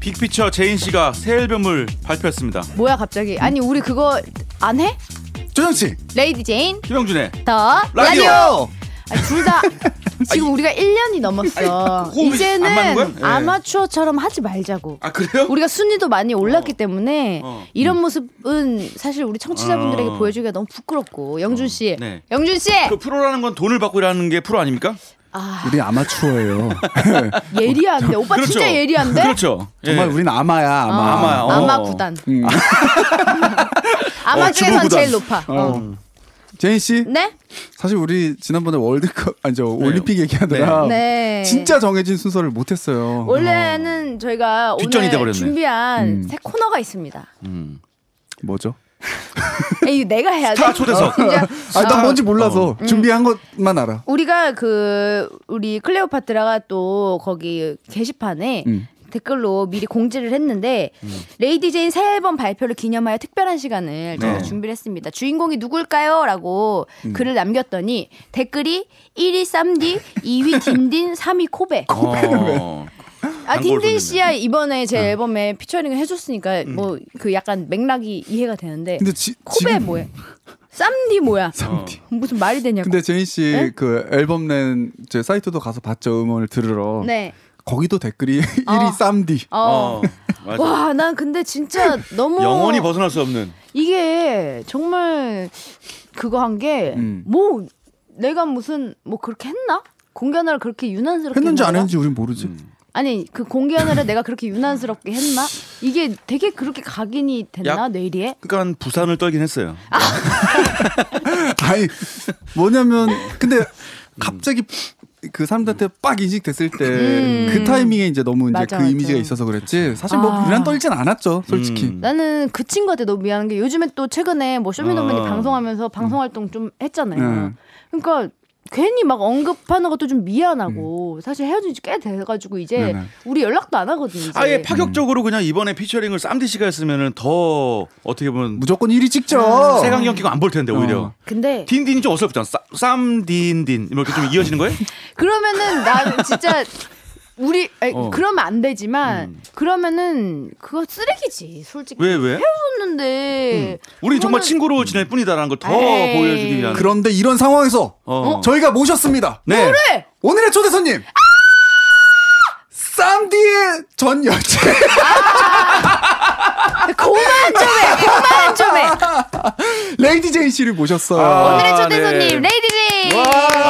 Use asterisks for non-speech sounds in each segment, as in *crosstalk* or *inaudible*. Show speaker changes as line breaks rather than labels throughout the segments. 빅피처 제인 씨가 새 앨범을 발표했습니다.
뭐야 갑자기? 아니 우리 그거 안 해?
조정치
레이디 제인
김영준의
더
라디오.
라디오. 아, 둘 다 지금 우리가 1년이 넘었어.
아니, 그거 안 맞는 거야?
이제는
예.
아마추어처럼 하지 말자고.
아 그래요?
우리가 순위도 많이 올랐기 때문에
어.
이런 모습은 사실 우리 청취자분들에게
어.
보여주기가 너무 부끄럽고 영준 씨,
네.
영준 씨,
그 프로라는 건 돈을 받고 일하는 게 프로 아닙니까?
아
우리 *laughs* 아마추어예요.
예리한데 오빠 어, 진짜 예리한데
*laughs* 그렇죠. 예.
정말 우린 아마야 아마.
아,
아마야, 어.
아마 구단. *laughs* 아마
어,
중에선
주부 구단.
제일 높아. 어.
어. 제인 씨
네?
사실 우리 지난번에 월드컵 아니 저 올림픽 얘기하느라
네.
진짜 정해진 순서를 못했어요.
원래는 저희가
뒷전이
오늘
돼버렸네. 음.
준비한 새 코너가 있습니다. 예,
뭐죠?
에이, 내가 해야 돼. *laughs*
스타 초대석.
진짜.
아나 뭔지 몰라서
어.
준비한 것만 알아.
우리가 그 우리 클레오파트라가 또 거기 게시판에
음.
댓글로 미리 공지를 했는데 레이디 제인 새 앨범 발표를 기념하여 특별한 시간을 저희가
음. 네.
준비를 했습니다. 주인공이 누굴까요? 라고
음.
글을 남겼더니 댓글이 1위 쌈디, 2위 딘딘, 3위 코베.
어.
아
광고를
딘딘
돌리네.
씨야 이번에
네.
제 앨범에 피처링을 해줬으니까 뭐 그 약간 맥락이 이해가 되는데
음. 근데 지,
코베
지금
뭐야? 쌈디 뭐야?
쌈디.
무슨 말이 되냐고.
근데 제인
네?
씨 그 앨범 낸 제 사이트도 가서 봤죠 음원을 들으러.
네.
거기도 댓글이 *laughs* 1위 쌈디.
어.
어. 맞아.
와, 난 근데
*laughs*
진짜 너무
영원히 벗어날 수 없는.
이게 정말 그거 한 게
음.
뭐 내가 무슨 뭐 그렇게 했나? 공견을 그렇게 유난스럽게
했는지 안
했나?
했는지 우린 모르지.
아니 그 공견을 내가 그렇게 유난스럽게 했나? 이게 되게 그렇게 각인이 됐나
약-
뇌리에?
그러니까 부산을 떨긴 했어요.
아,
아니 뭐냐면
네.
근데 갑자기 그 사람들한테 빡 인식됐을 때 그 타이밍에 이제 너무
음.
이제
맞아,
그
맞아.
이미지가 있어서 그랬지 사실 뭐
아.
유난 떨진 않았죠 솔직히
음.
나는 그 친구한테 너무 미안한 게 요즘에 또 최근에 뭐 쇼미더머니
어. 네.
방송하면서 방송 활동 좀 했잖아요.
음.
그러니까 괜히 막 언급하는 것도 좀
음.
미안하고 사실 헤어진 지 꽤 돼가지고 이제
네네.
우리 연락도 안 하거든요. 이제.
아예 파격적으로 그냥 이번에 피처링을 쌈디 씨가 했으면은 더 어떻게 보면
무조건 1위
아.
찍죠
세강경 끼고 안 볼 텐데 오히려.
어.
근데
딘딘이 좀 어설프잖아. 쌈, 쌈딘딘 뭐 이렇게 좀
*laughs*
이어지는 거예요?
그러면은 난 진짜 우리 아니,
어. 음.
그러면 안 되지만 그러면은 그거 쓰레기지 솔직히
왜 왜?
헤어졌는데
우린 정말
그거는-
친구로 지낼 뿐이다라는 걸 더
에이.
보여주기 위한.
그런데 이런 상황에서
어.
저희가 모셨습니다
네.
그래
오늘의 초대 손님
아!
쌈디의 전 여친
고만 아, 좀해 고만 좀해
*laughs* 레이디 제인 씨를
*laughs*
모셨어요
아.
오늘의 초대
네.
손님 레이디 제인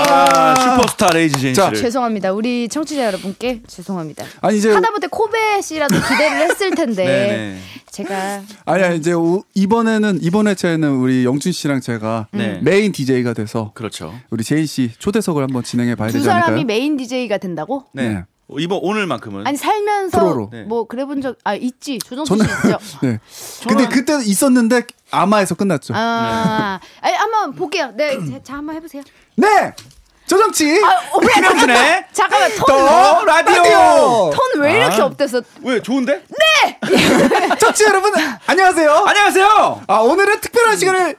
아, 슈퍼스타 레이지 제인
자,
씨를.
죄송합니다 우리 청취자 여러분께 죄송합니다
네. 아니 이제
하다못해 코베 씨라도 기대를 했을
*laughs*
텐데
네네.
제가
아니 아니 이제 오- 이번에는 이번 회차에는 우리 영준 씨랑 제가
네.
메인 DJ가 돼서
그렇죠.
우리 제인 씨 초대석을 한번 진행해 봐야
두
되지 않을까요?
사람이 메인 DJ가 된다고?
네.
네.
어, 이번 오늘만큼은
아니 살면서
프로로.
네.
뭐 그래 본 적 아 있지 조정수
저는
씨 있죠
*laughs* 네. 근데 그때 있었는데 아마에서 끝났죠.
아, 아니, 한번 볼게요. 네, 자, 자, 한번 해보세요. 아, 어,
네. 조정치
김영준의
잠깐만, 톤,
더 라디오.
라디오.
톤왜 이렇게
아.
업됐어?
왜 좋은데?
청취 여러분 안녕하세요.
안녕하세요.
아 오늘은 특별한 시간을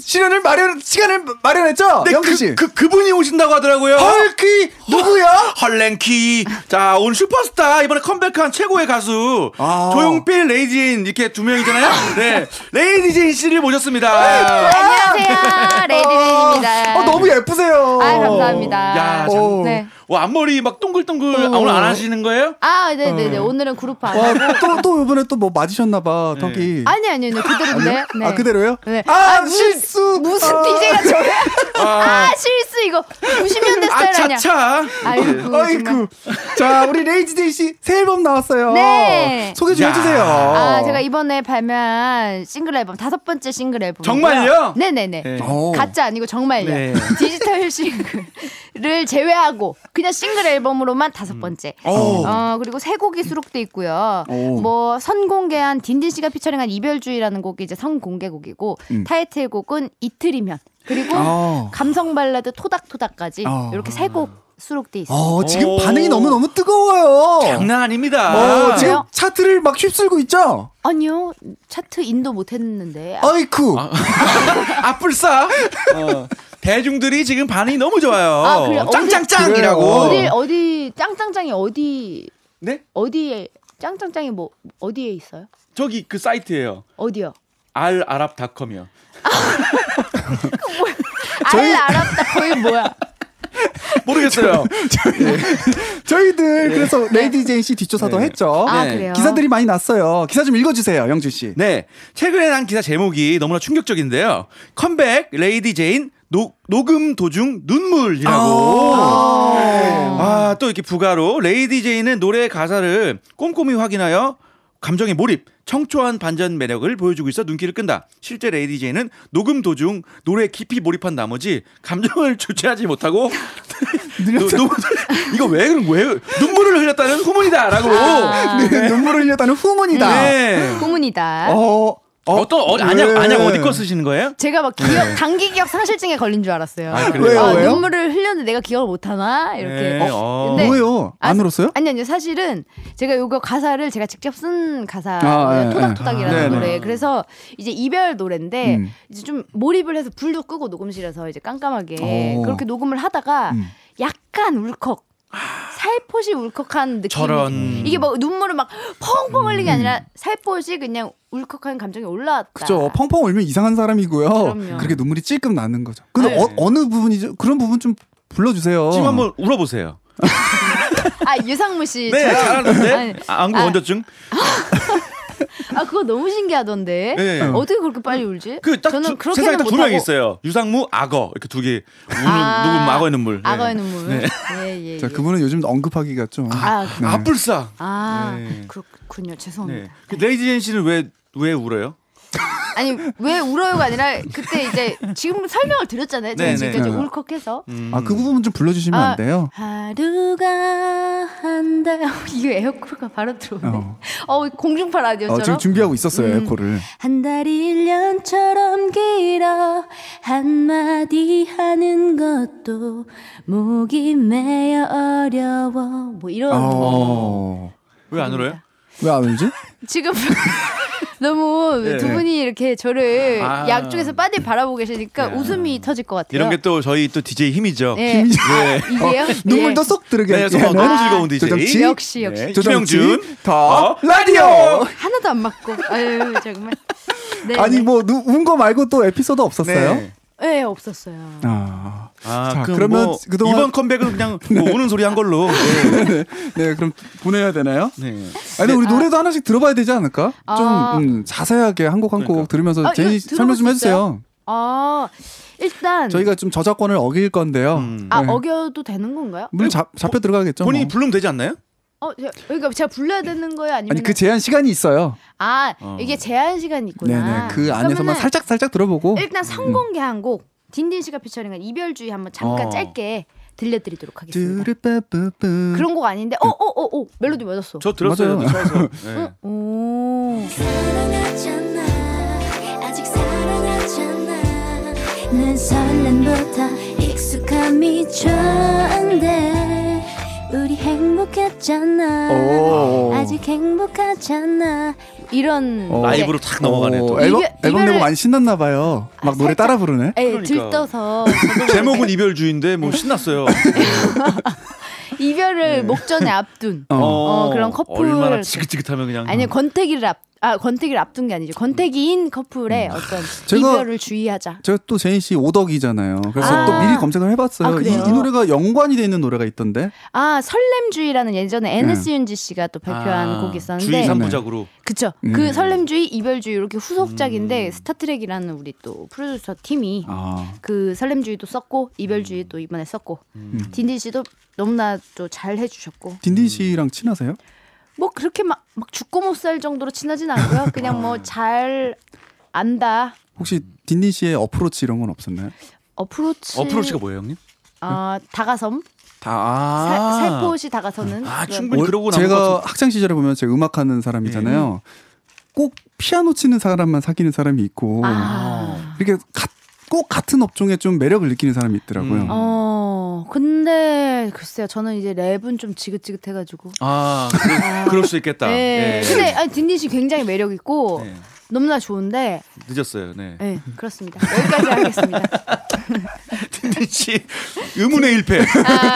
시간을 마련 시간을 마련했죠. 아,
네,
영준 씨.
그, 그, 분이 오신다고 하더라고요.
헐크 누구야?
헐랭키. 자, 오늘 슈퍼스타 이번에 컴백한 최고의 가수
아.
조용필, 레이지인 이렇게 두 명이잖아요. 네, 레이지인 씨를 모셨습니다.
안녕하세요, 레디맨입니다.
아. 어, 너무 예쁘세요.
아, 감사합니다.
야, 참.
오.
네.
와 앞머리 막 동글동글 아, 오늘 안 하시는 거예요?
아, 네, 네,
어.
네. 오늘은 그룹 안.
와, 또, 또 이번에 또 뭐 맞으셨나 봐, 턱이.
네. 아니, 아니, 아니, 그대로인데. 네.
아, 그대로요?
네.
아,
아, 무슨-
실수.
무슨 DJ가 저래? 아, 실수 이거 90년대 스타일 아니야?
아차차.
아이고, 그, 정말.
아이쿠. 자, 우리 레이지 제이 씨새 앨범 나왔어요.
네.
소개 좀
야.
해주세요.
아, 제가 이번에 발매한 싱글 앨범 다섯 번째 싱글 앨범.
정말요?
네, 네, 네.
네.
오.
가짜 아니고 정말요.
네.
디지털 싱글을 제외하고 그냥 싱글 앨범으로만 다섯 번째.
음.
오.
어 그리고 세 곡이 수록돼 있고요.
오.
뭐 선공개한 딘딘 씨가 피처링한 이별주의라는 곡이 이제 선공개곡이고 타이틀곡은 이틀이면 그리고
아.
감성 발라드 토닥토닥까지
아.
이렇게 세 곡 수록돼 있어요.
어, 지금
오.
반응이 너무너무 뜨거워요.
장난 아닙니다.
어, 지금
그래요?
차트를 막 휩쓸고 있죠?
아니요 차트 인도 못했는데
어. 아이쿠.
*laughs* 아뿔싸. 어, 대중들이 지금 반응이 너무 좋아요.
아, 그래요? 어디-
짱짱짱이라고.
그래요?
어디 어디 짱짱짱이 어디
네?
어디에 짱짱짱이 뭐 어디에 있어요?
저기 그 사이트예요.
어디요?
알아랍닷컴이요.
알 알았다 거의 뭐야? *laughs*
모르겠어요.
저희들 그래서 레이디 제인 씨 뒷조사도
예. 네.
했죠.
아
네.
그래요?
기사들이 많이 났어요. 기사 좀 읽어주세요, 영준 씨.
네. 최근에 난 기사 제목이 너무나 충격적인데요. 컴백 레이디 제인 노, 녹음 도중 눈물이라고.
아. 네.
네.
아, 또 이렇게 부가로 레이디 제인은 노래의 가사를 꼼꼼히 확인하여 감정에 몰입, 청초한 반전 매력을 보여주고 있어 눈길을 끈다. 실제 레이디 제인은 녹음 도중 노래에 깊이 몰입한 나머지 감정을 *laughs*
*laughs*
조치하지 못하고 노- 노- *laughs* 이거 왜 그런 왜 눈물을 흘렸다는 후문이다라고.
아,
네, 눈물을 흘렸다는 후문이다.
네.
음. 후문이다.
어, 네.
어, 떤 어, 안약
왜?
네.
안약 어디 거 쓰시는 거예요?
제가 막 기억 단기 기억 상실증에 걸린 줄 알았어요.
아, 그래요?
네. 왜요,
아,
왜요?
눈물을 흘렸는데 내가 기억을 못 하나 이렇게.
네, 어.
근데
뭐예요? 안
아,
울었어요?
아니 아니요 사실은 제가 요거 가사를 제가 직접 쓴 가사
아, 예,
토닥토닥이라는
예. 네,
노래
네.
그래서 이제 이별 노래인데
음.
이제 좀 몰입을 해서 불도 끄고 녹음실에서 이제 깜깜하게
오.
그렇게 녹음을 하다가
어. 음.
약간 울컥 살포시 울컥한 느낌
저런.
이게 뭐 눈물을 막 펑펑 흘린 게 아니라 살포시 그냥 울컥한 감정이 올라왔다
음. 그죠. 펑펑 울면 이상한 사람이고요.
아. 그럼요.
그렇게 눈물이 찔끔 나는 거죠. 근데
네.
어, 느 부분이죠? 그런 부분 좀 불러주세요.
지금 한번 울어보세요.
아 유상무 씨
네,
저랑-
잘하는데
아니,
아, 안구
아.
건조증.
아 그거 너무 신기하던데
네.
어떻게 그렇게 빨리 울지?
그 딱
저는 그렇게는
세상에 딱 두
못하고
명이 있어요. 유상무, 악어 이렇게 두 개. 우는
아.
누군 악어의 눈물. 네.
악어의 눈물 예예 예,
자, 그분은 요즘 언급하기가 좀.
아,
네.
아뿔싸.
아
네.
그렇군요
음. 네.
죄송합니다
그 레이디 젠 씨는 왜 왜 울어요?
아니 왜 울어요가 아니라 그때 이제 지금 설명을 드렸잖아요 제가
네,
지금까지
네.
울컥해서
음.
아, 그 부분 좀 불러주시면
아,
안 돼요?
하루가 한달 *laughs* 이거 에어컨가 바로 들어오네 어,
어.
공중파
어,
라디오처럼
지금 준비하고 있었어요,
음.
에코를.
한 달이 1년처럼 길어 한마디 하는 것도 목이 메어 어려워 뭐 이런
어.
왜 안 울어요?
왜
*laughs*
안 울지?
지금 너무
네.
두 분이 이렇게 저를
아.
양쪽에서 빠디 바라보고 계시니까
야.
웃음이 터질 것 같아요.
이런 게 또 저희 또 DJ 힘이죠.
예.
네.
이게요?
*laughs* 어, 눈물도 네. 쏙 들게
네, 저
하는
너무 즐거운 DJ.
조정치?
역시, 역시.
조정치
김영준 어?
더
더
라디오.
예. 하나도 안 맞고 아유 정말 네,
아니
네.
뭐운거 말고 또 에피소드 없었어요?
네.
네, 없었어요.
*laughs*
아.
아,
자,
그럼
그러면
뭐
그동안-
이번 컴백은 그냥 뭐 우는 소리 한 걸로.
네, 그럼 보내야 되나요?
네.
아니 우리 노래도 하나씩 들어봐야 되지 않을까?
아.
좀 음, 자세하게 한 곡 한 곡
그러니까.
들으면서
아,
제이
이거
설명 좀
들어볼 수
해주세요.
아 일단
저희가 좀 저작권을 어길 건데요.
음.
아
네.
어겨도 되는 건가요?
물론 잡, 잡혀 들어가겠죠.
본인이
뭐.
부르면 되지 않나요?
어 제- 그러니까 제가 불러야 되는 거예요 아니면
아니 그 제한 시간이 있어요.
아
어.
이게 제한 시간이 있구나.
네네 그 안에서만
그러면은
살짝 살짝 들어보고.
일단 선공개 한곡 딘딘 씨가 피처링한 이별주의 한번 잠깐
어.
짧게 들려드리도록 하겠습니다.
뚜루빠뿌뿌.
그런 곡 아닌데 어 어 어 어 멜로디 맞았어.
저 들었어요.
맞아요.
차에서. 네.
오.
사랑하잖아 아직 사랑하잖아 난 설렘부터 익숙함이 좋은데 우리 행복했잖아
오.
아직 행복하잖아
이런
어.
이제,
라이브로 탁 넘어가네. 또.
오, 앨범,
이별-
앨범
이별을-
내고 많이 신났나 봐요. 막 노래 따라 부르네.
예,
그러니까.
들떠서
제목은 이별주의인데 뭐 신났어요.
이별을 목전에 앞둔
어.
어, 그런 커플.
얼마나 지긋지긋하면 그냥
아니 권태기를 앞 아 권태기를 앞둔 게 아니죠 권태기인 커플의 어떤
제가-
이별을 주의하자
제가 또 제인 씨 오덕이잖아요. 그래서
아.
또 미리 검색을 해봤어요.
아,
이,
그래요?
이 노래가 연관이 돼 있는 노래가 있던데.
아 설렘주의라는 예전에 NS 윤지 씨가 또 발표한
아,
곡이
주의
있었는데
삼부작으로
그쵸.
음.
그 설렘주의, 이별주의 이렇게 후속작인데 스타트랙이라는 우리 또 프로듀서 팀이
아.
그 설렘주의도 썼고 이별주의
음.
도 이번에 썼고 딘딘 씨도 너무나 또 잘 해주셨고
음.
딘딘 씨랑 친하세요?
뭐 그렇게 막, 막 죽고 못 살 정도로 친하진
*laughs*
않고요. 그냥
아.
뭐 잘 안다.
혹시 딘딘 씨의 어프로치 이런 건 없었나요?
어프로치.
어프로치가 뭐예요, 형님?
아 다가섬.
다 아.
살, 살포시 다가서는.
아,
그런-
충분히 그러고 나온 것
제가
같은데. 네.
학창 시절에 보면 제가 음악하는 사람이잖아요. 꼭 피아노 치는 사람만 사귀는 사람이 있고
아.
이렇게 가- 꼭 같은 업종에 좀 매력을 느끼는 사람이 있더라고요.
음.
어 근데 글쎄요 저는 이제 랩은 좀 지긋지긋해가지고
아, 그, 럴수 있겠다.
네.
예.
근데 아니, 딘딘 씨 굉장히 매력 있고
네.
너무나 좋은데
늦었어요. 네.
네, 그렇습니다. 여기까지
*laughs*
하겠습니다. 아,
딘딘 씨 의문의 일패.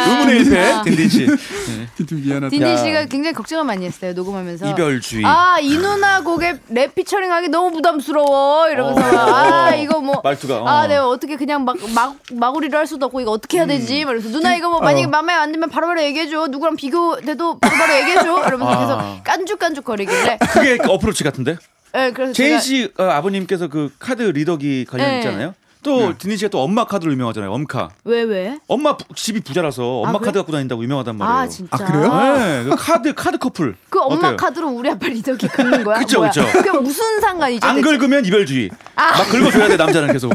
의문의 일패. 딘딘 씨. 네.
딘딘 미안하다.
야.
딘딘 씨가 굉장히 걱정을 많이 했어요 녹음하면서
이별주의.
아 이 누나 곡에 랩 피처링하기 너무 부담스러워 이러면서
어.
막, 아 이거 뭐
말투가, 어.
아 내가 어떻게 그냥 막, 막 마구리를 할 수도 없고 이거 어떻게 해야
음.
되지 말면서 누나
어.
이거 뭐 만약에 마음에 안 들면 바로바로 얘기해줘 누구랑 비교돼도 바로바로 얘기해줘 이러면서
아.
계속 깐죽깐죽 거리길래
그게 어프로치 같은데?
예 그래서
제이
제가
씨 어, 아버님께서 그 카드 리더기 관련
네.
있잖아요. 또 디니 씨가 또 엄마 카드로 유명하잖아요. 엄카.
왜 왜?
엄마 부- 집이 부자라서 엄마
아, 그래?
카드 갖고 다닌다고 유명하단 말이에요.
아 진짜
아, 그래요?
네, 그 카드 카드 커플.
그 엄마
어때요?
카드로 우리 아빠 리더기 긁는 거야?
*laughs* 그쵸,
뭐야?
그쵸.
그게 무슨 상관이죠?
안
대체?
긁으면 이별주의.
아.
막 긁어줘야 돼 남자는
*laughs*
계속.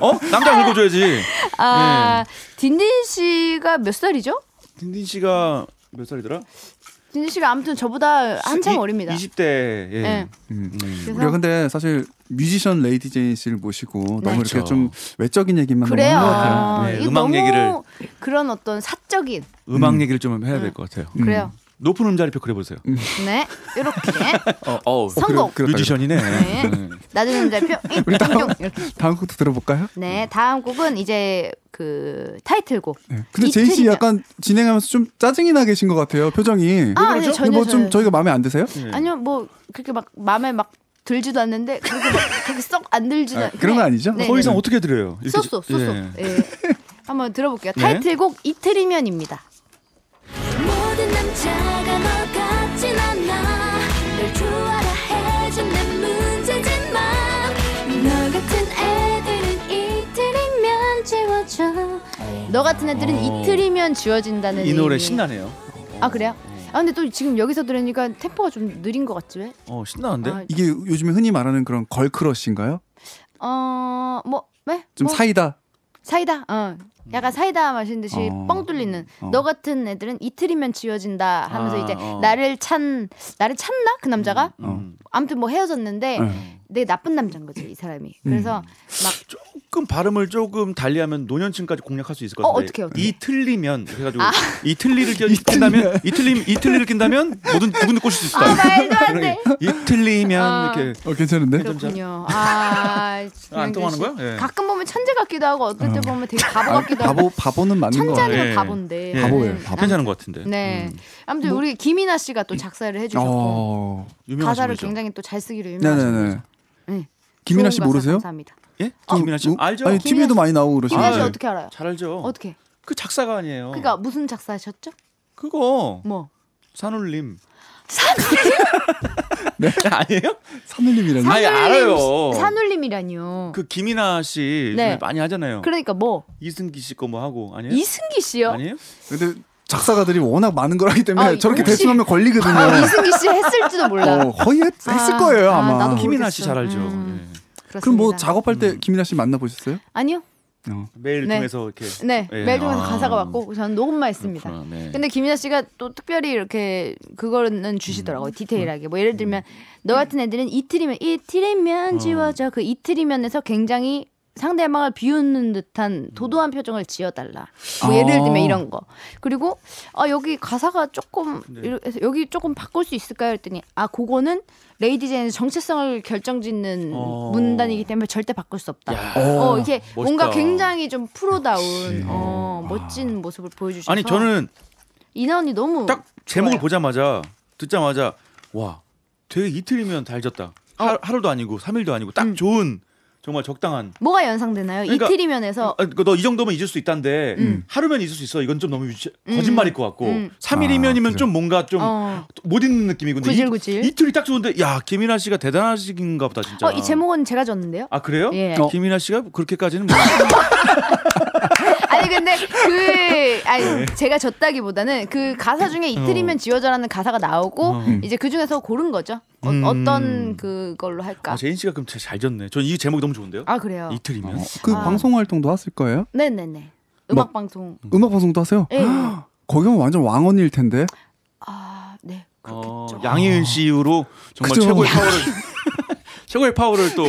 어? 남자 긁어줘야지.
아
예.
딘딘 씨가 몇 살이죠?
딘딘 씨가 몇 살이더라?
딘딘 씨가 아무튼 저보다 한참
이-
어립니다.
20대. 예.
예.
음.
그래서
우리가 근데 사실 뮤지션 레이디 제인 씨를 모시고
네.
너무
그렇죠.
이렇게 좀 외적인 얘기만 너무
그래요.
한것 같아요.
아,
네,
이거
음악
너무
얘기를.
그런 어떤 사적인
음악 얘기를 좀 해야 될 것 같아요.
그래요.
높은 음자리표 그려보세요.
네 이렇게
어, 어.
성공.
그래,
뮤지션이네.
네. 낮은 음절표
*laughs*
잉, 이렇게.
다음 곡도 들어볼까요?
네 다음 곡은 이제 그 타이틀곡.
네. 근데 제인 씨
이틀이면-
약간 진행하면서 좀 짜증이 나 계신 것 같아요. 표정이.
아, 아니요, 전혀, 전혀.
뭐좀 저희가 마음에 안 드세요?
예.
아니요 뭐 그렇게 막 마음에 막 들지도 않는데 그렇게
*laughs*
막 그렇게 썩 안 들지도
아,
않-
그런 거 아니죠?
네,
더
네.
이상 어떻게 드려요? 이렇게
쏘쏘
저-
쏘쏘.
예.
예. 한번 들어볼게요.
네.
타이틀곡 이틀이면입니다.
모든 남자가 너 같진 않아 널 좋아라 해준 내 문제지만 너 같은 애들은 이틀이면 지워져
너 같은 애들은
어.
이틀이면 지워진다는
이 노래
의미의-
신나네요. 네.
아 그래요? 아 근데 또 지금 여기서 들으니까 템포가 좀 느린 것 같지 왜?
어 신나는데?
아,
이게 요즘에 흔히 말하는 그런 걸크러쉬인가요?
어뭐 왜?
좀
뭐?
사이다.
사이다. 어. 약간 사이다 마신 듯이
어.
뻥 뚫리는
어.
너 같은 애들은 이틀이면 지워진다 하면서
아,
이제
어.
나를 찬 나를 찾나 그 남자가
음.
아무튼 뭐 헤어졌는데
네.
되게 나쁜 남자인 거지 이 사람이
음.
그래서 막
조금 발음을 조금 달리하면 노년층까지 공략할 수 있을 것
어, 아.
같은데.
어떻게, 어떻게?
이틀리면 해가지고 이틀리를 껴- 낀다면 이틀리 이틀리를 낀다면 모든 누군지 꼬실 수 있다.
아, 말도 안 돼.
이틀리면
아.
이렇게
어, 괜찮은데?
그렇군요. 아,
안
김현준
통하는
씨.
거야? 예.
가끔 보면 천재 같기도 하고 어떨 때 보면 되게 바보
아,
같기도 하고.
바보 바보는 맞는 거 같아요. 네.
천재는
예.
바보인데.
예.
바보예요,
음,
바보.
괜찮은 것 같은데.
네. 아무튼 우리 김이나 씨가 또 작사를 해주셨고
어.
유명한
가사를
분이죠.
굉장히 또 잘 쓰기로 유명하신
네네네.
분이죠. 네.
김이나
좋은
씨
가사
모르세요?
감사합니다.
예? 김민아 씨
어?
알죠?
아니 TV에도 많이 나오고
김이나 씨
아, 네.
그러시는데.
어떻게 알아요?
잘 알죠.
뭐? 어떻게?
그 작사가 아니에요.
그러니까 무슨 작사하셨죠?
그거
뭐?
산울림 *laughs*
네.
아니에요?
산울림이라는.
음. 아니, 알아요.
씨- 산울림이라니요. 그...
그 김이나 씨
네.
요즘에 많이 하잖아요.
러니까 뭐?
이승기 씨 거 뭐 하고 아니에요?
이승기 씨요?
아니에요?
근데 작사가들이 워낙 많은 거라기 때문에
아,
저렇게
혹시-
대충하면 걸리거든요.
아, 이승기 씨 했을지도 몰라.
어, 거의 했,
아,
했을 거예요
아,
아마.
나도 모르-
김이나 씨 잘 알죠.
음.
예.
그렇습니다.
그럼 뭐 작업할
음.
때 김이나 씨 만나 보셨어요?
아니요.
어.
메일
네.
통해서 이렇게.
네,
예.
메일 통해서
아.
가사가 왔고 저는 녹음만 했습니다.
그렇구나, 네.
근데 김이나 씨가 또 특별히 이렇게 그거는
음.
주시더라고요. 디테일하게. 뭐 예를 들면 너 같은 애들은 이틀이면
어.
이틀이면 지워져. 그 이틀이면에서 굉장히 상대방을 비웃는
음.
듯한 도도한 표정을 지어달라. 뭐 예를
아.
들면 이런 거. 그리고 아 여기 가사가 조금
네.
이러- 해서 여기 조금 바꿀 수 있을까요? 했더니 아 그거는 레이디 제인의 정체성을 결정짓는
어.
문단이기 때문에 절대 바꿀 수 없다.
야.
어 이게
멋있다. 아.
뭔가 굉장히 좀 프로다운 어, 멋진 모습을 보여주셔서
아니 저는
이나 언니 너무
딱 제목을
좋아요.
보자마자 듣자마자 와 되게 이틀이면
어.
달졌다. 하, 하루도 아니고 삼일도 아니고 딱
음.
좋은 정말 적당한.
뭐가 연상되나요?
그러니까-
이틀이면에서
너 이 정도면 잊을 수 있다는데 하루면 잊을 수 있어. 이건 좀 너무 유치- 거짓말일 것 같고
음.
삼일이면이면
아,
좀 뭔가 좀 못
어.
잊는 느낌이고 근데
구질구질.
이, 이틀이 딱 좋은데 야 김이나 씨가 대단하신가 보다 진짜.
어 이 제목은 제가 줬는데요.
아 그래요?
예. 그러니까.
어.
김이나 씨가 그렇게까지는 뭐.
아니 근데 그 아니
네.
제가 줬다기보다는 그 가사 중에
어.
이틀이면 지워져라는 가사가 나오고 이제 그 중에서 고른 거죠. 어,
음.
어떤 그걸로 할까?
아, 제인 씨가 그럼 잘- 잘 졌네. 전 이 제목이 너무 좋은데요.
아 그래요.
이틀이면.
어, 그
아.
방송 활동도 하실 거예요?
네네네.
뭐-
음악 방송.
음악 방송도 하세요?
예.
거기면 완전 왕언일 텐데.
아 네.
어,
그렇겠죠. 아.
양희은 씨 이후로 정말
그죠.
최고의 파워를 *laughs* 최고의 파워를
*laughs*
또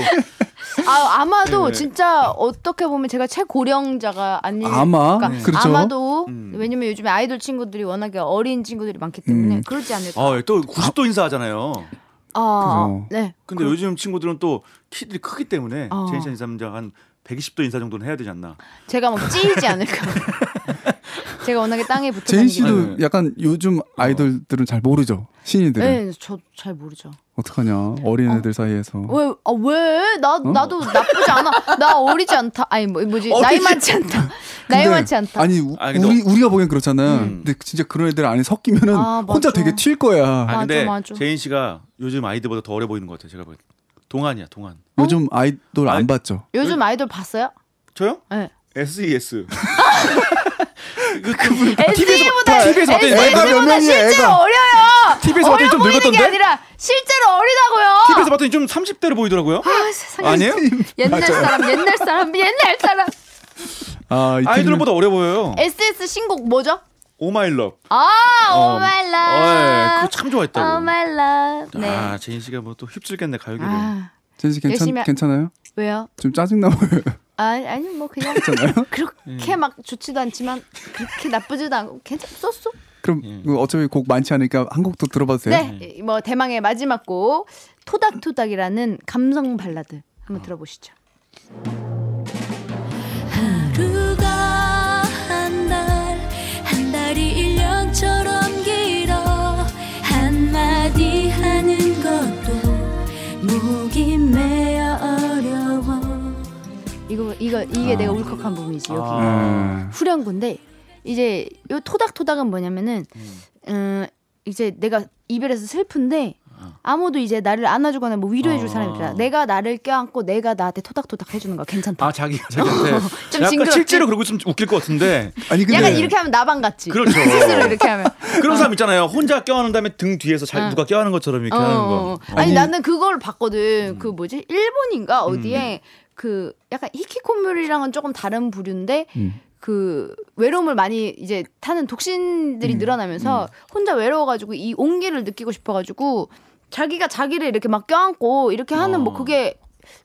아 아마도
네.
진짜 어떻게 보면 제가 최고령자가 아닐까.
아마 그렇죠.
아마도
음.
왜냐면 요즘에 아이돌 친구들이 워낙에 어린 친구들이 많기 때문에
음.
그러지 않을까.
어, 또 90도 인사하잖아요.
아,
그죠.
네.
근데 요즘 친구들은 또 키들이 크기 때문에
어.
제인 씨 인삼자 한 120도 인사 정도는 해야 되지 않나.
제가 막 찌이지 않을까. 제가 워낙에 땅에 붙어
제인
다니기로.
네.
씨도 약간
어.
요즘 아이돌들은 잘 모르죠. 신인들은
네, 저 잘 모르죠.
어떡하냐 어린 애들 사이에서
왜? 아 왜? 나 나도 나쁘지 않아. 나 어리지 않다. 아니 뭐 뭐지? 나이
어리지
많지 않다. 나이
근데
많지 않다.
아니 우,
아, 근데
리 우리가 보기엔 그렇잖아.
음.
근데 진짜 그런 애들 안에 섞이면은
아, 맞아.
혼자 되게 튈 거야.
아 근데
맞아, 맞아.
제인 씨가 요즘 아이들보다 더 어려 보이는 것 같아요. 제가 보기 동안이야 동안.
요즘 아이돌 안
아이-
봤죠.
요즘 아이돌 봤어요?
저요?
네.
SES.
*laughs*
그, 그분
아, SE보다
TV에서 봤더니 애가 몇
SE보다
명이야,
네, 실제로
애가.
어려요.
TV에서 봤더니
어려
좀
보이는 게
늙었던데? 아,
아니라 실제로 어리다고요.
TV에서 봤더니 좀 30대로 보이더라고요.
아, 세상에.
아니에요?
*laughs* 옛날 *laughs* 사람, 옛날 사람, 옛날 사람.
아, 이
아이돌보다 어려 보여요.
SS 신곡 뭐죠?
오마일럽.
아,
어.
Oh My
어, 예, 그거
Love.
참 좋아했다고.
Oh My Love. 네.
아 제인 씨가 뭐 또 휩쓸겠네 가요계를.
아,
젠씨 괜찮
열심히 하-
괜찮아요?
왜요?
좀 짜증 나 보여요. *laughs*
아, 아니 뭐 그냥 *laughs* 그렇게
예.
막 좋지도 않지만 그렇게 나쁘지도 않고 괜찮았어.
그럼
예.
뭐 어차피 곡 많지 않으니까 한 곡도 들어봐도 돼요?
네, 이- 뭐 대망의 마지막 곡 토닥토닥이라는 감성 발라드
아.
한번 들어보시죠.
하루가 한 달, 한 달이 1년처럼 길어 한마디 하는 것도 목이 메어 어려워
이거 이거 이게
아.
내가 울컥한 부분이지 여기.
아.
후렴구인데 이제 요 토닥토닥은 뭐냐면은 음, 이제 내가 이별해서 슬픈데 아무도 이제 나를 안아주거나 뭐 위로해줄
아.
사람이 없다. 내가 나를 껴안고 내가 나한테 토닥토닥 해주는 거야. 괜찮다.
아 자기가 자기한테
어, 좀
약간
징그럽지?
실제로 그러고 있으면 좀 웃길 것 같은데
아니 근데
약간 이렇게 하면 나방 같지.
그렇죠.
스스로 이렇게 하면.
그런 사람 있잖아요 혼자 껴안은 다음에 등 뒤에서 잘 누가 껴안은 것처럼 이렇게 하는
어,
거
어. 아니, 나는 그걸 봤거든. 그 뭐지? 일본인가 어디에 그 약간 히키코모리랑은 조금 다른 부류인데 그 외로움을 많이 이제 타는 독신들이 늘어나면서 혼자 외로워가지고 이 온기를 느끼고 싶어가지고 자기가 자기를 이렇게 막 껴안고 이렇게 하는 뭐 그게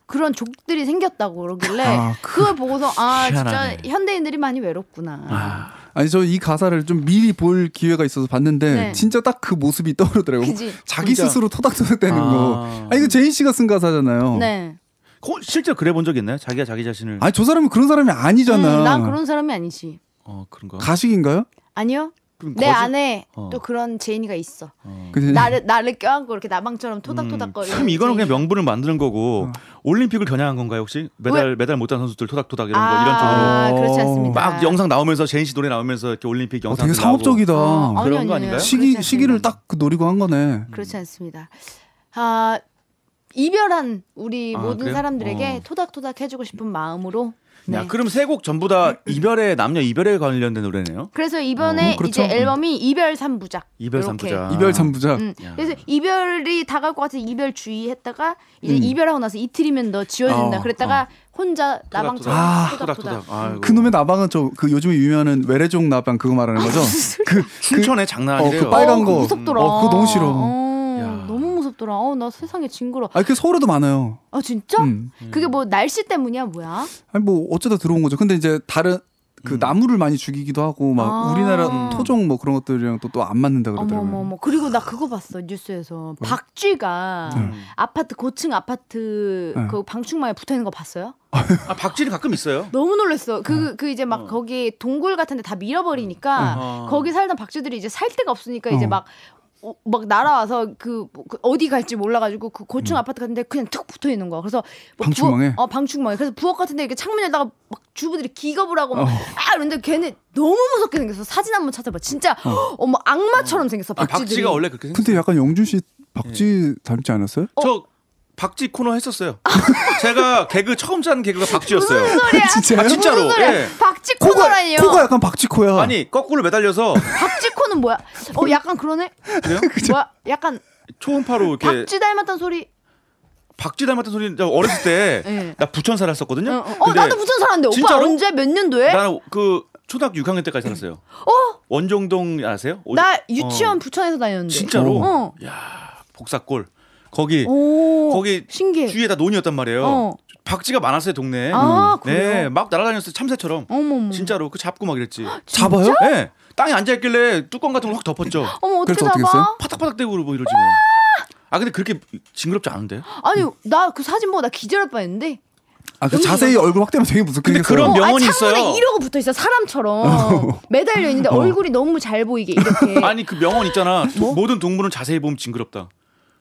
그런 족들이 생겼다고 그러길래
아,
그걸 보고서 아
희한하네.
진짜 현대인들이 많이 외롭구나.
아니 저 이 가사를 좀 미리 볼 기회가 있어서 봤는데
네.
진짜 딱 그 모습이 떠오르더라고요.
그지?
자기
혼자.
스스로 토닥토닥 대는
아.
거. 아니 이거 제인 씨가 쓴 가사잖아요.
네.
어, 실제로 그래 본 적 있나요 자기가 자기 자신을
음. 아니 저 사람은 그런 사람이 아니잖아.
음, 난 그런 사람이 아니지.
어 그런가
가식인가요?
아니요.
그럼
내
거짓-
네, 안에
어.
또 그런 제인이가 있어.
그지?
나를 나를 껴안고 이렇게 나방처럼
음,
토닥토닥거리는.
그럼 이거는
제인.
그냥 명분을 만드는 거고
어.
올림픽을 겨냥한 건가요 혹시 메달 메달 못한 선수들 토닥토닥 이런 거 이런 쪽으로
아, 그렇지 않습니다.
막 영상 나오면서 제인 씨 노래 나오면서 이렇게 올림픽
어,
영상
되게 상업적이다.
어, 아니,
그런
아니, 아니,
거 아닌가요?
아니, 그렇지
시기
않습니다.
시기를 딱그 노리고 한
음.
거네.
그렇지 않습니다. 아 이별한 우리
아,
모든
그래요?
사람들에게
어.
토닥토닥 해주고 싶은 마음으로. 네. 음.
야, 그럼 세 곡 전부 다 이별에 남녀 이별에 관련된 노래네요
그래서 이번에
어, 그렇죠.
이제 앨범이 이별 삼부작.
음. 이별
요렇게.
삼부자
이별 잠부자.
음.
야.
그래서 이별이 다가올 것 같아서 이별 주의했다가 이제
음.
이별하고 나서 이틀이면 너 지워진다.
어,
그랬다가 혼자 나방처럼
아,
토닥토닥.
토닥토닥 아이고.
그놈의 나방은 저 그 요즘에 유명한 외래종 나방 그거
*laughs*
말하는 거죠?
아.
그
춘천의 장난
어,
아니래요
그 빨간
어,
거.
무섭더라.
어, 그거 너무 싫어.
어,
야.
너무 무섭더라. 어, 나 세상에 징그러.
아니 그 서울에도 많아요.
아 진짜?
음.
그게 뭐 날씨 때문이야 뭐야?
아니 뭐 어쩌다 들어온 거죠. 근데 이제 다른
음.
그 나무를 많이 죽이기도 하고 막
아.
우리나라 토종 뭐 그런 것들이랑 또 또 안 맞는다 그러더라고요. 뭐?
어머머머. 그리고 나 그거 봤어 뉴스에서 박쥐가 아파트 고층 아파트
네.
그 방충망에 붙어 있는 거 봤어요?
아, 박쥐는 가끔 있어요
너무 놀랐어. 그 그 이제 막 거기 동굴 같은데 다 밀어버리니까
어.
거기 살던 박쥐들이 이제 살 데가 없으니까 이제
어.
막. 어, 막 날아와서 그, 뭐, 그 어디 갈지 몰라가지고 그 고층 아파트 같은데 그냥 툭 붙어 있는 거야. 그래서 뭐
방충망에?
부엌, 어 방충망에. 그래서 부엌 같은데 이렇게 창문 열다가 막 주부들이 기겁을 하고 막, 아 그런데 걔네 너무 무섭게 생겼어. 사진 한번 찾아봐. 진짜 어. 머 악마처럼 생겼어.
아,
박쥐들이.
박쥐가 원래 그렇게 생겼어요
근데 약간 영준 씨
예.
박쥐 닮지 않았어요?
저 박쥐 코너 했었어요 제가 개그 처음 짠 개그가 박쥐였어요
무슨 소리야?
진짜요?
아, 진짜로.
무슨 소리야?
예.
박쥐
코가
코너라니요.
코가 약간 박쥐 코야.
아니 거꾸로 매달려서
박쥐 코는 뭐야? 어 약간 그러네.
그래요?
뭐야? 약간
초음파로 이렇게
박쥐 닮았다는 소리.
박쥐 닮았던 소리 저 어렸을 때 나
예.
부천 살았었거든요.
어, 어. 어
네? 근데
나도 부천 사는데 오빠
진짜로?
언제 몇 년도에?
나는 그 초등학교 6학년 때까지 살았어요. 원정동 아세요? 오-
나 유치원
어.
부천에서 다녔는데.
진짜로.
어.
야 복사골 거기
오.
거기
신기해.
주위에다 논이었단 말이에요.
어.
박쥐가 많았어요 동네에.
아,
네,
그래요?
막 날아다녔어요 참새처럼.
어머머.
진짜로 그 잡고 막 이랬지.
잡아요?
네, 땅에 앉아 있길래 뚜껑 같은 걸 확 덮었죠.
어머 어떻게
그래서
잡아?
어떻게 했어요?
파닥파닥 대고 뭐 이러지 뭐. 아 근데 그렇게 징그럽지 않은데?
어. 아니 나 그 사진 보고 나 기절할 뻔했는데.
아, 그 자세히 얼굴 확대하면 되게 무섭게
근데
생겼어요.
그런
어,
명언이
아니, 창문에
있어요.
이러고 붙어 있어 사람처럼 매달려 있는데 얼굴이 너무 잘 보이게 이렇게.
*laughs* 아니 그 명언 있잖아.
뭐?
모든 동물은 자세히 보면 징그럽다.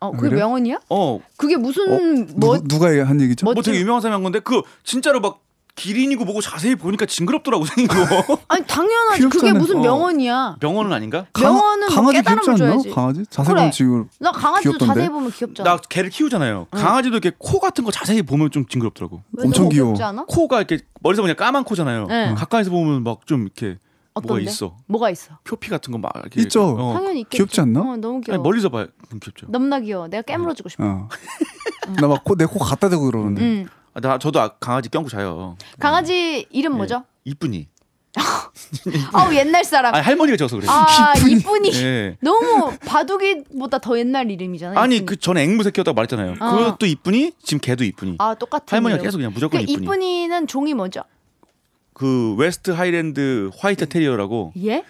어, 그게
그래요?
명언이야?
어,
그게
어?
무슨 뭐?
누, 누가 한 얘기죠?
뭐-
뭐 되게 유명한 사람이 한 건데 그 진짜로 막 기린이고 뭐고 자세히 보니까 징그럽더라고 생긴 거.
*laughs* 아니 당연하지. 그게
귀엽잖아요.
무슨
어.
명언이야?
명언은 아닌가?
강-
명언은 뭐
강아지
깨달음을
귀엽지 않나요?
줘야지.
강아지 자세히
그래.
보면 지금
나 강아지도
귀엽던데?
자세히 보면 귀엽잖아.
나 개를 키우잖아요. 강아지도 이렇게 코 같은 거 자세히 보면 좀 징그럽더라고.
왜
엄청
너무
귀여워.
귀엽지 않아?
코가 이렇게 머리서 그냥 까만 코잖아요.
어? 네.
가까이서 보면 막 좀 이렇게 뭐가
어떤데?
있어.
뭐가 있어?
표피 같은 거 막 이렇게
있죠.
어.
당연히 있겠지.
귀엽지 않나?
어, 너무
아니,
귀여워.
멀리서 봐요. 음, 귀엽죠.
넘나 귀여워. 내가 깨물어주고 싶어. *laughs*
어. 나막내코 갖다 대고 그러는데
음.
아, 나 저도 아- 강아지 껴안고 자요.
강아지
예.
이름 뭐죠?
이쁜이.
아우 어, 옛날 사람.
아 할머니가 져서 그래요.
아
이쁜이.
이쁜이.
*laughs* 예.
너무 바둑이보다 더 옛날 이름이잖아.
아니
이쁜이.
그 전에 앵무새 키웠다고 말했잖아요.
어.
그것도 이쁜이, 지금 걔도 이쁜이.
아 똑같은.
할머니가
이름.
계속 그냥
그
무조건 이쁜이.
이쁜이는 종이 뭐죠?
그 웨스트 하이랜드 화이트 테리어라고
예?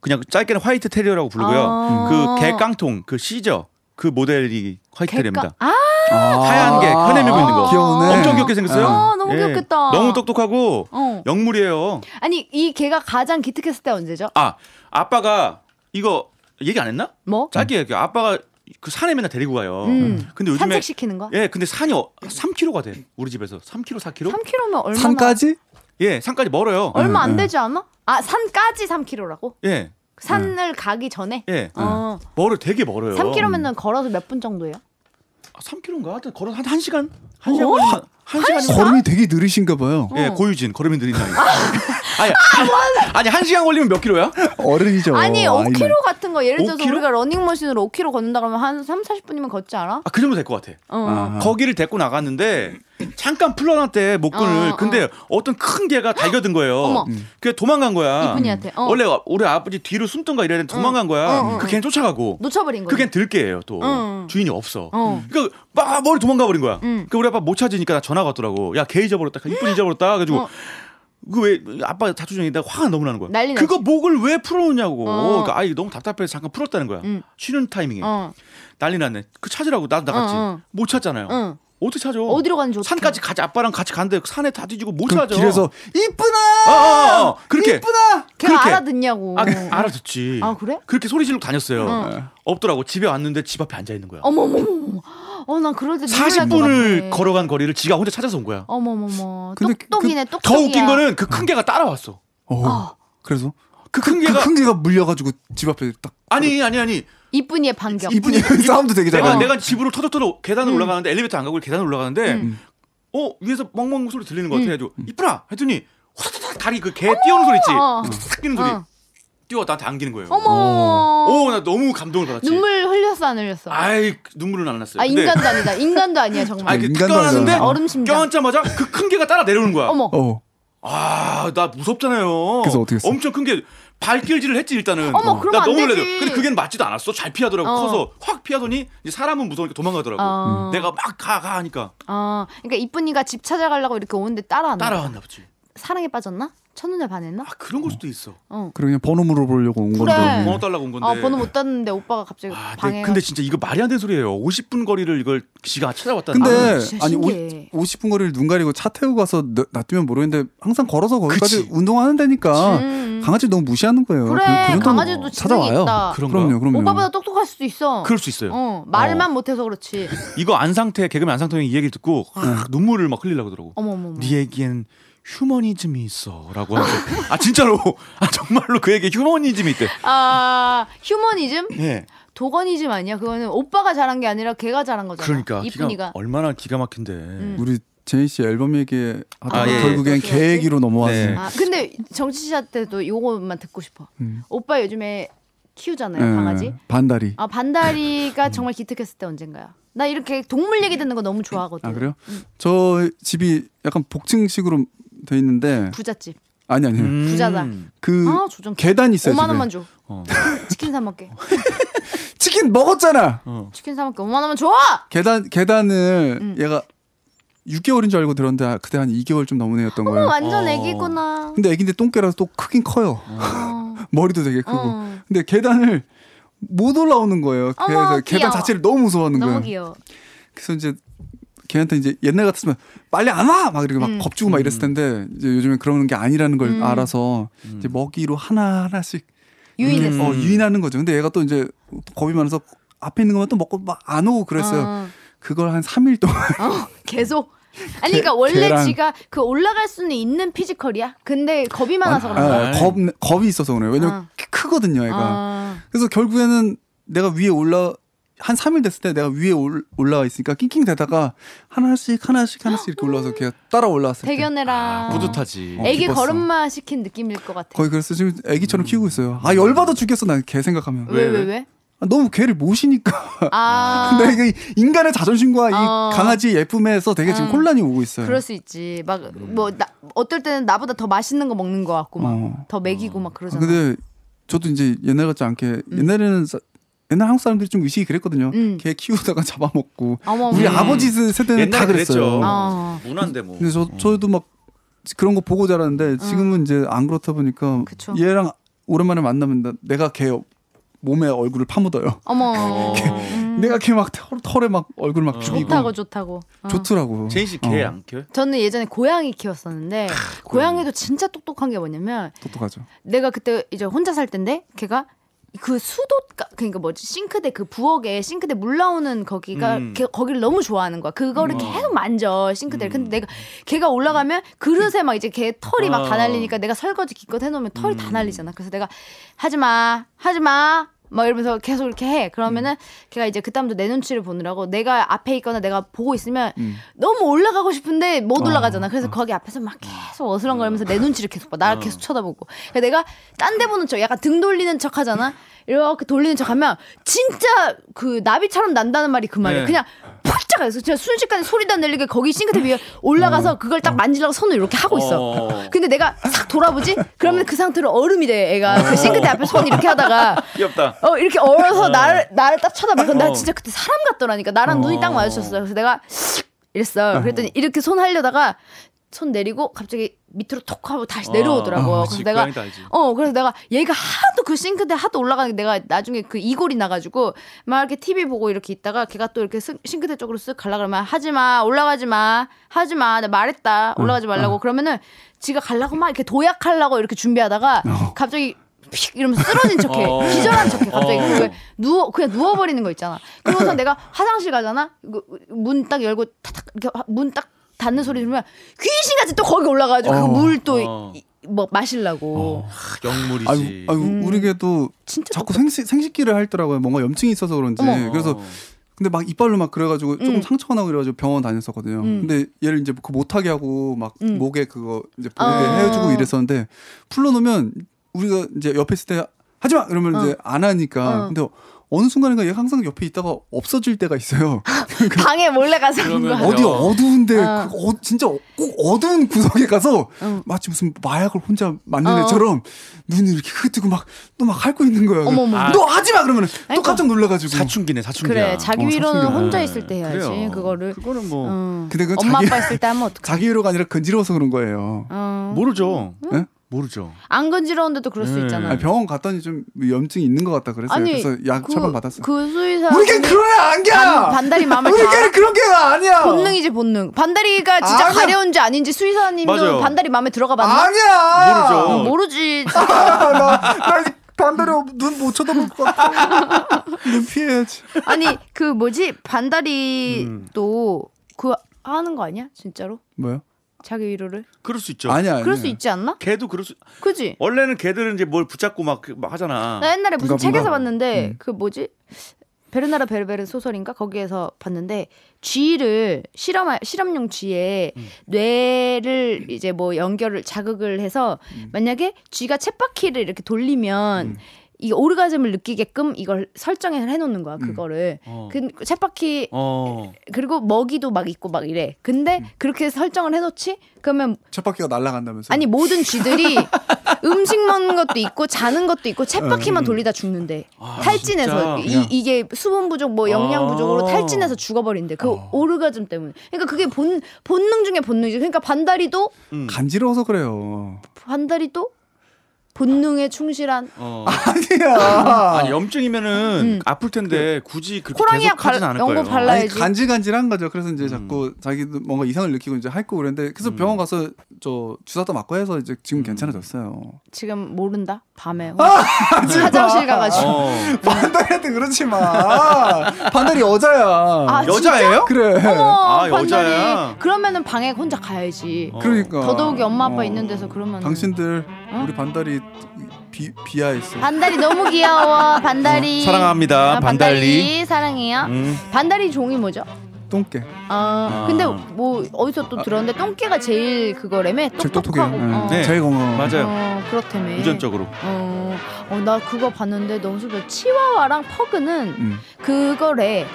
그냥 짧게는 화이트 테리어라고 부르고요.
아.
그 개깡통 그 시저 그 모델이 화이트 테리어입니다.
아
하얀 개,
아,
혀내 밀고 있는 거.
귀여우네.
엄청 귀엽게 생겼어요.
아, 너무
예.
귀엽겠다.
너무 똑똑하고
어.
영물이에요.
아니 이 개가 가장 기특했을 때 언제죠?
아 아빠가 이거 얘기 안 했나?
뭐?
짧게 얘기해. 아빠가 그 산에 맨날 데리고 가요.
음.
근데 요즘에
산책 시키는 거?
예, 근데 산이 어, 3km가 돼. 우리 집에서 3km, 4km?
3km면 얼마나?
산까지?
예, 산까지 멀어요.
얼마
응,
안
응.
되지 않아? 아 산까지 3km라고?
예,
산을 가기 전에?
예.
어.
멀어 되게 멀어요.
3km면은 걸어서 몇 분 정도예요?
3km인가? 하여튼 걸어 한 1시간. 1시간 걸리면 한, 한 시간
걸음이 되게 느리신가 봐요.
예,
어.
고유진 걸음이 느린 나이. 아니, 아니, 한 시간 걸리면 몇 킬로야?
어른이죠.
아니
아이는.
5km 같은 거 예를 들어서
5km?
우리가 러닝머신으로 5km 걷는다 그러면 한 3, 40분이면 걷지 않아?
아, 그 정도 될 것 같아.
어.
아.
거기를 데리고 나갔는데 잠깐 풀러놨대 목근을
어, 어.
근데 어. 떤큰 개가 달겨든 거예요 음.
어머.
그래 도망간 거야
이쁜이한테, 어.
원래 우리 아버지 뒤로 숨던가 이래야 되는데 도망간 거야
어, 어,
그 걔는 쫓아가고
놓쳐버린 거야.
그 걔는 들개예요 또
어, 어.
주인이 없어
어.
그러니까 막 머리 도망가 버린 거야
음.
그 우리 아빠 못 찾으니까 나 전화가 왔더라고 야 개 잊어버렸다 이쁜 잊어버렸다 그래가지고
어.
그 왜 아빠 자초정이다 화가 너무 나는 거야
난리 났지.
그거 목을 왜 풀어놓냐고
어.
그러니까 아이 너무 답답해서 잠깐 풀었다는 거야
음.
쉬는 타이밍에
어.
난리 났네 그 찾으라고 나도 나갔지
어, 어.
못 찾잖아요
응.
어떻게 찾아
어디로 가는지 어떻게
산까지 가지 아빠랑 같이 갔는데 산에 다 뒤지고 못
그
찾아.
길에서
어,
이쁘나
어, 어, 어. 그렇게
이쁘나
걔가
그렇게.
알아듣냐고.
아, 알아듣지.
아, 그래?
그렇게 소리 지르고 다녔어요. 네.
응.
없더라고. 집에 왔는데 집 앞에 앉아 있는 거야.
어머머머. 어, 난 그럴 때 눈물 날것
40분을
같아.
걸어간 거리를 지가 혼자 찾아서 온 거야.
어머머머.
근데 그-
똑똑이네, 똑똑이야.
더 웃긴 거는 그 큰 개가 따라왔어.
어. 그래서
그 큰
그
개가
큰 개가 물려가지고 집 앞에 딱
아니 아니 아니.
이쁜이의 반격.
이분이 *laughs* 싸움도 되게
내가
어.
잘하는
내가 집으로 터덕터덕 계단을
음.
올라가는데 엘리베이터 안 가고 계단을 올라가는데 어 위에서 멍멍 소리 들리는 것 같아 가지고 이쁘라 했더니 후다닥 다리 그 개 뛰어오는 소리 있지.
음. 어.
후다닥 뛰는 소리.
어.
뛰어 나한테 안기는 거예요.
어머.
오 나 너무 감동을 받았지.
눈물 흘렸어 안 흘렸어? 아,
아이 눈물은 안 났어요. 근데-
인간도 아니다. 인간도
*laughs*
아니야 정말.
아이 그
인간도
껴안았는데
아니잖아.
얼음 심장.
껴안자마자 그 큰 개가 따라 내려오는 거야.
어머.
어
아 나 무섭잖아요.
그래서 어떻게 했어?
엄청 큰 게 발길질을 했지 일단은.
어머,
어.
그러면
나
안
너무
되지.
놀래요. 근데 그게 맞지도 않았어. 잘 피하더라고.
어.
커서 확 피하더니 이제 사람은 무서우니까 도망가더라고.
어.
내가 막 가 가 하니까
아, 그러니까 이쁜이가 집 찾아가려고 이렇게 오는데 따라왔나?
따라왔나 보지.
사랑에 빠졌나? 첫눈에 반했나?
아 그런 걸 수도 있어.
어.
그래 그냥 번호 물어보려고 온
그래.
건데
네. 번호 달라고 온 건데.
아, 번호 못 땄는데 오빠가 갑자기
아, 근데-
방해.
근데 진짜 이거 말이 안 되는 소리예요. 50분 거리를 이걸 지가 찾아왔다는.
근데
거.
아우, 진짜
아니
신기해.
50, 분 거리를 눈 가리고 차 태우고 가서 너- 놔두면 모르겠는데 항상 걸어서 거기까지
그치.
운동하는
음,
데니까 강아지 너무 무시하는 거예요.
그래,
정도는
강아지도 지능이 있다.
그런가?
그럼요, 그럼요.
오빠보다 똑똑할 수도 있어.
아, 그럴 수 있어요.
어, 말만 못해서 그렇지.
이거 안상태 개그맨 안상태 형이 이 얘기를 듣고 아, 눈물을 막 흘리려고 그러더라고.
어머, 어머, 어머.
네 얘기엔 휴머니즘이 있어라고 하면서 아 진짜로 아 정말로 그에게 휴머니즘이 있대.
아, 휴머니즘?
예.
도건이즘 아니야? 그거는 오빠가 잘한 게 아니라 걔가 잘한 거잖아.
그러니까
이쁜이가.
기가 음. 얼마나 기가 막힌데.
우리 제이 씨 앨범 얘기 하다가
아, 예, 예.
결국엔 계획으로 넘어왔네.
네.
아, 근데 정치자 때도 요것만 듣고 싶어.
음.
오빠 요즘에 키우잖아요,
예,
네, 강아지.
반다리.
아, 반다리가 정말 기특했을 때 언젠가요? 나 이렇게 동물 얘기 듣는 거 너무 좋아하거든. 네. 음.
아 그래요? 저 집이 약간 복층식으로 돼 있는데
부잣집.
아니 아니 요
음
부자다.
그
아, 조정.
계단 있어요.
5만
집에.
원만 줘.
어.
치킨 사 먹게.
치킨 먹었잖아.
치킨 사 먹게. 5만 원만 줘.
계단 계단을
음.
얘가 6개월인 줄 알고 들었는데 아, 그때 한 2개월 좀 넘은 애였던
어,
거예요.
완전
어.
애기구나.
근데 애기인데 똥개라서 또 크긴 커요.
어.
*laughs* 머리도 되게 크고.
어.
근데 계단을 못 올라오는 거예요.
어머, 귀여워.
그래서 계단 자체를 너무 무서워하는
너무
거예요.
귀여워.
그래서 이제 걔한테 이제 옛날 같았으면 빨리 안 와! 막 이렇게 막
음.
겁주고 막 이랬을 텐데 이제 요즘엔 그러는 게 아니라는 걸
음.
알아서 이제 먹이로 하나 하나씩
유인했어.
어, 유인하는 거죠. 근데 얘가 또 이제 겁이 많아서 앞에 있는 것만 또 먹고 막 안 오고 그랬어요.
어.
그걸 한 3일 동안
어, 계속. 아니 그러니까 원래
걔랑-
지가 그 올라갈 수는 있는 피지컬이야. 근데 겁이
*laughs*
많아서 그런 거야.
아,
아, 겁 겁이 있어서 그래요. 왜냐면
아.
키- 크거든요, 얘가.
아,
그래서 결국에는 내가 위에 올라 한 3일 됐을 때 내가 위에 올, 올라와 있으니까 낑낑 대다가 하나씩 하나씩 하나씩 이렇게 올라와서 걔가 따라 올라왔을 때
대견해라.
아, 뿌듯하지.
어.
애기
기뻤어.
걸음마 시킨 느낌일 것 같아.
거의 그래서 지금 애기처럼 키우고
음.
있어요. 아 열받아 죽겠어 난 걔 생각하면.
왜 왜 왜?
왜,
아, 너무 걔를 모시니까. *laughs*
아.
근데 이게 인간의 자존심과
어.
이 강아지 예쁨에서 되게 지금
음.
혼란이 오고 있어요.
그럴 수 있지. 막 뭐 어떨 때는 나보다 더 맛있는 거 먹는 거 같고 막
어.
더 먹이고 막
아,
그러잖아.
근데 저도 이제 옛날 같지 않게 옛날에는 사- 옛날 한국 사람들이 좀 의식이 그랬거든요.
음.
걔 키우다가 *laughs* 잡아먹고
어머
우리
어머.
아버지 세- 세대는 다
음. 옛날에
그랬어요.
그랬죠.
어.
문화인데 뭐.
근데 저 저도 막 그런 거 보고 자랐는데 지금은 이제 안 그렇다 보니까
그쵸.
얘랑 오랜만에 만나면 나- 내가 걔 몸에 얼굴을 파묻어요.
어머.
어.
*laughs* 내가 걔 막 털에 막 얼굴 막
음.
죽이고
좋다고 좋다고. 어.
좋더라고. 어,
제인 씨개 안 켜?
저는 예전에 고양이 키웠었는데 고양이도 진짜 똑똑한 게 뭐냐면
똑똑하죠.
내가 그때 이제 혼자 살 때인데 걔가 그 수도 그러니까 뭐지 싱크대 그 부엌에 싱크대 물 나오는 거기가
음.
걔, 거기를 너무 좋아하는 거야. 그거를
음.
계속 만져 싱크대를. 근데 내가 걔가 올라가면 그릇에 막 이제 걔 털이 막 다
아.
날리니까 그러니까 내가 설거지 기껏 해놓으면 털이 다 날리잖아. 그래서 내가 하지 마, 하지 마. 막 이러면서 계속 이렇게 해. 그러면은 걔가 이제 그다음부터 내 눈치를 보느라고 내가 앞에 있거나 내가 보고 있으면 너무 올라가고 싶은데 못 올라가잖아. 그래서 거기 앞에서 막 계속 어. 어슬렁거리면서 내 눈치를 계속 봐. 나를 계속 쳐다보고. 그러니까 내가 딴 데 보는 척, 약간 등 돌리는 척 하잖아. 이렇게 돌리는 척 하면 진짜 그 나비처럼 난다는 말이 그 말이야.
네.
그냥 폴짝 해서 그냥 순식간에 소리도 안 들리게 거기 싱크대 위에 올라가서 그걸 딱 만지려고 손을 이렇게 하고 어. 있어.
어.
근데 내가 싹 돌아보지? 그러면 그 상태로 얼음이 돼, 애가. 그
어.
싱크대 앞에 손 이렇게 하다가
귀엽다.
어 이렇게 얼어서 나를 나를 딱 쳐다봐. 근데 나
어.
진짜 그때 사람 같더라니까. 나랑 눈이 딱 마주쳤어. 그래서 내가 이랬어. 그랬더니 이렇게 손 하려다가 손 내리고 갑자기 밑으로 톡 하고
어.
다시 내려오더라고.
아,
그래서
그치.
내가
고양이도 알지.
어 그래서 내가 얘가 하도 그 싱크대 하도 올라가는 게 내가 나중에 그 이골이 나가지고 막 이렇게 TV 보고 이렇게 있다가 걔가 또 이렇게 스- 싱크대 쪽으로 쓱 갈라 그러면 하지 마 올라가지 마 하지 마나 말했다 올라가지 말라고 그러면은 지가 갈라고 막 이렇게 도약하려고 이렇게 준비하다가 갑자기 픽 이러면서 쓰러진 척해
어.
기절한 척해 갑자기
어.
그 누워 그냥 누워버리는 거 있잖아 그러고서 내가 화장실 가잖아 그 문 딱 열고 타탁 이렇게 문 딱 닫는 소리 들으면 귀신같이 또 거기 올라가가지고
어.
어.
그물또 뭐 마시려고
영물이지.
아유, 아유 우리 걔도
음. 진짜
자꾸 생식, 생식기를 할더라고요. 뭔가 염증이 있어서 그런지.
어머.
그래서 근데 막 이빨로 막 그래가지고 조금 상처가 나고 이래가지고 병원 다녔었거든요.
음.
근데 얘를 이제 그 못하게 하고 막
음.
목에 그거 이제 보게
아.
해주고 이랬었는데 풀러놓으면 우리가 이제 옆에 있을 때 하지마 이러면
어.
이제 안
어.
하니까 근데 어느 순간인가 얘가 항상 옆에 있다가 없어질
*laughs*
때가 있어요.
*laughs* 방에 몰래 가서 한
그러면
거야.
맞아.
어디 어두운데
어.
그 어- 진짜 꼭 어두운 구석에 가서
응.
마치 무슨 마약을 혼자 맞는
어.
애처럼 눈을 이렇게 흐트고 막 또 막 핥고 있는 거야.
어머머.
아.
너 하지 마 그러면 또
아이고.
깜짝 놀라가지고.
사춘기네 사춘기야.
그래 자기
어,
위로는
사춘기야.
혼자 있을 때 해야지
네. 그래요.
그거를 어.
그거는 뭐
어. 근데 그건
엄마
자기-
아빠 있을 때 하면 어떡해?
자기 위로가 아니라 건지러워서 그런 거예요.
어.
모르죠.
예?
모르죠.
안 건지러운데도 그럴 수
음.
있잖아.
네. 아니, 병원 갔더니 좀 염증이 있는 것 같다 그랬어요. 그래서 약
그-
처방 받았어요.
그 수의사
우리 걔는 그런 애 아니야.
반- 반달이 마음을
우리
다-
걔는 그런 게 아니야.
본능이지 본능. 반다리가 진짜
아니야.
가려운지 아닌지 수의사님도
맞아요.
반다리 마음에 들어가 봤나?
아니야.
모르죠.
어, 모르지.
*laughs* 나나 반대로 눈 못 쳐다볼 것 같아. *laughs* 눈 피해야지.
아니 그 뭐지
음.
반다리도 그 하는 거 아니야 진짜로?
뭐요?
자기 위로를?
그럴 수 있죠.
아니야. 아니야.
그럴 수 있지 않나?
걔도 그럴 수.
그지?
원래는 걔들은 이제 뭘 붙잡고 막, 그- 막 하잖아.
나 옛날에 무슨
뭔가 음.
책에서
뭔가.
봤는데 그 뭐지 베르나라 베르베르 소설인가 거기에서 봤는데 쥐를 실험 실험용 쥐에 뇌를 이제 뭐 연결을 자극을 해서 만약에 쥐가 쳇바퀴를 이렇게 돌리면 이 오르가즘을 느끼게끔 이걸 설정을 해놓는 거야 그거를
어.
그 쳇바퀴
어.
그리고 먹이도 막 있고 막 이래 근데 그렇게 설정을 해놓지 그러면
쳇바퀴가 날아간다면서.
아니 모든
*laughs*
쥐들이 음식 먹는 것도 있고 자는 것도 있고 쳇바퀴만 돌리다 죽는데
음. 아,
탈진해서
진짜?
이, 이게 수분 부족 뭐 영양
아.
부족으로 탈진해서 죽어버린대 그 오르가즘 때문에 그러니까 그게 본
음.
음.
본능 중에 본능이지 그러니까 반다리도
간지러워서 그래요.
반다리도 본능에 충실한
어.
아. *laughs* 아니야.
아니 염증이면은
음.
아플 텐데 굳이 그렇게
호랑이약
계속 하진
발-
않을
연고
거예요.
발라-
아니,
발라야지.
간질간질한 거죠. 그래서 이제 자꾸 자기도 뭔가 이상을 느끼고 이제 할거 그랬는데 그래서 병원 가서 저 주사도 맞고 해서 이제 지금 괜찮아졌어요.
지금 모른다 밤에 *laughs* 화장실 가가지고
아, 어.
반달이한테 그러지 마. 반달이 여자야.
아,
여자예요?
그래.
어머
아,
반달이
여자야?
그러면은 방에 혼자 가야지
어.
그러니까.
더더욱이 엄마 아빠
어.
있는 데서 어? 그러면
당신들 우리 반달이 비 비하했어.
반달이 너무 귀여워 반달이
어, 사랑합니다.
아,
반달리.
사랑해요
음.
반달이 종이 뭐죠?
똥개.
아,
아.
근데 뭐 어디서 또 들었는데 똥개가 제일 그거라며
제일
똑똑하고
응.
어.
네.
제일 건강.
맞아요.
어, 그렇다며
유전적으로.
어, 어, 나 그거 봤는데 너무 슬퍼. 치와와랑 퍼그는
네.
음.
그거래.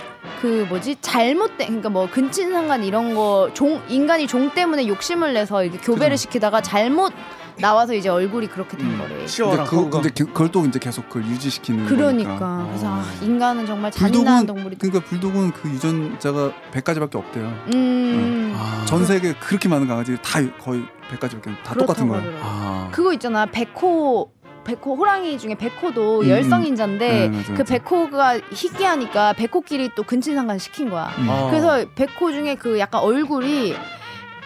그 뭐지 잘못된 그러니까 뭐 근친상간 이런 거 종 인간이 종 때문에 욕심을 내서 이렇게 교배를 시키다가 잘못 나와서 이제 얼굴이 그렇게 된
음.
거래.
근데,
치어랑
그, 근데 그- 그걸 또 이제 계속 그걸 유지시키는 거니까.
그러니까 그래서 아, 인간은 정말 잔인한
불독은
동물이다.
그러니까 불독은 그 유전자가 100가지밖에 없대요.
음.
아,
전 세계 그렇게 많은 강아지 다 거의 100가지밖에 다 똑같은
그렇다고
거예요.
하더라고요.
아.
그거 있잖아 백호 백호 호랑이 중에 백호도
음,
열성인자인데
네, 맞아요,
그
맞아요.
백호가 희귀하니까 백호끼리 또 근친상간 시킨 거야.
음.
아.
그래서 백호 중에 그 약간 얼굴이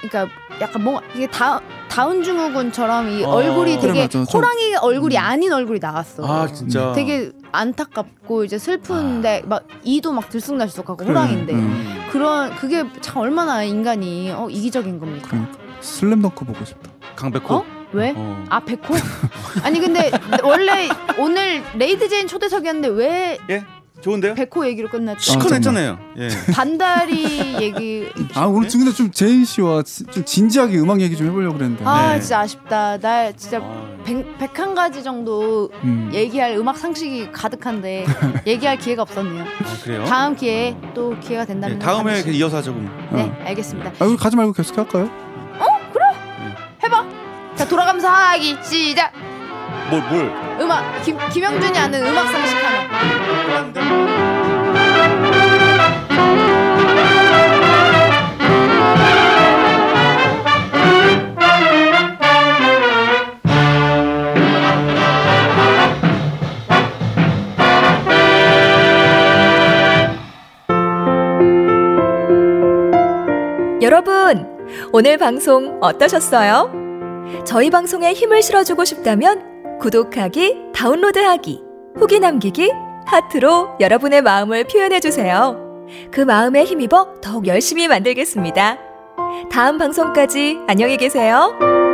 그러니까 약간 뭔가 이게 다 다운 증후군처럼 이
어.
얼굴이
그래,
되게
맞아. 좀-
호랑이 얼굴이
음.
아닌 얼굴이 나왔어.
아 진짜.
되게 안타깝고 이제 슬픈데 막 이도 막 들쑥날쑥하고 호랑인데
아. 음, 음.
음.
그런 그게 참 얼마나 인간이 어 이기적인 겁니까?
그러니까 슬램덩크 보고 싶다.
강백호.
어? 왜?
어.
아 백호? 아니 근데 원래 오늘 레이드 제인 초대석이었는데 왜
좋은데요?
백호 얘기로 끝났죠?
아, 정말.
시커냈잖아요. 예.
반달이 얘기
네?
아 오늘 지금 근데 좀 제인 씨와 지- 좀 진지하게 음악 얘기 좀 해보려고 그랬는데.
아
네.
진짜 아쉽다 나 진짜
아.
백, 백한 가지 정도
음.
얘기할 음악 상식이 가득한데 얘기할 기회가 없었네요
아, 그래요?
다음 기회에 또 기회가
예,
된다면
다음에
반드시.
이어서 하자 그럼.
네
어.
알겠습니다
아 우리 가지 말고 계속 할까요?
해봐 자 돌아가면서 하기 시작
뭘 뭘?
음악 김, 김영준이 아는 음악 상식 하나
여러분, 오늘 방송 어떠셨어요? 저희 방송에 힘을 실어주고 싶다면 구독하기, 다운로드하기, 후기 남기기, 하트로 여러분의 마음을 표현해주세요. 그 마음에 힘입어 더욱 열심히 만들겠습니다. 다음 방송까지 안녕히 계세요.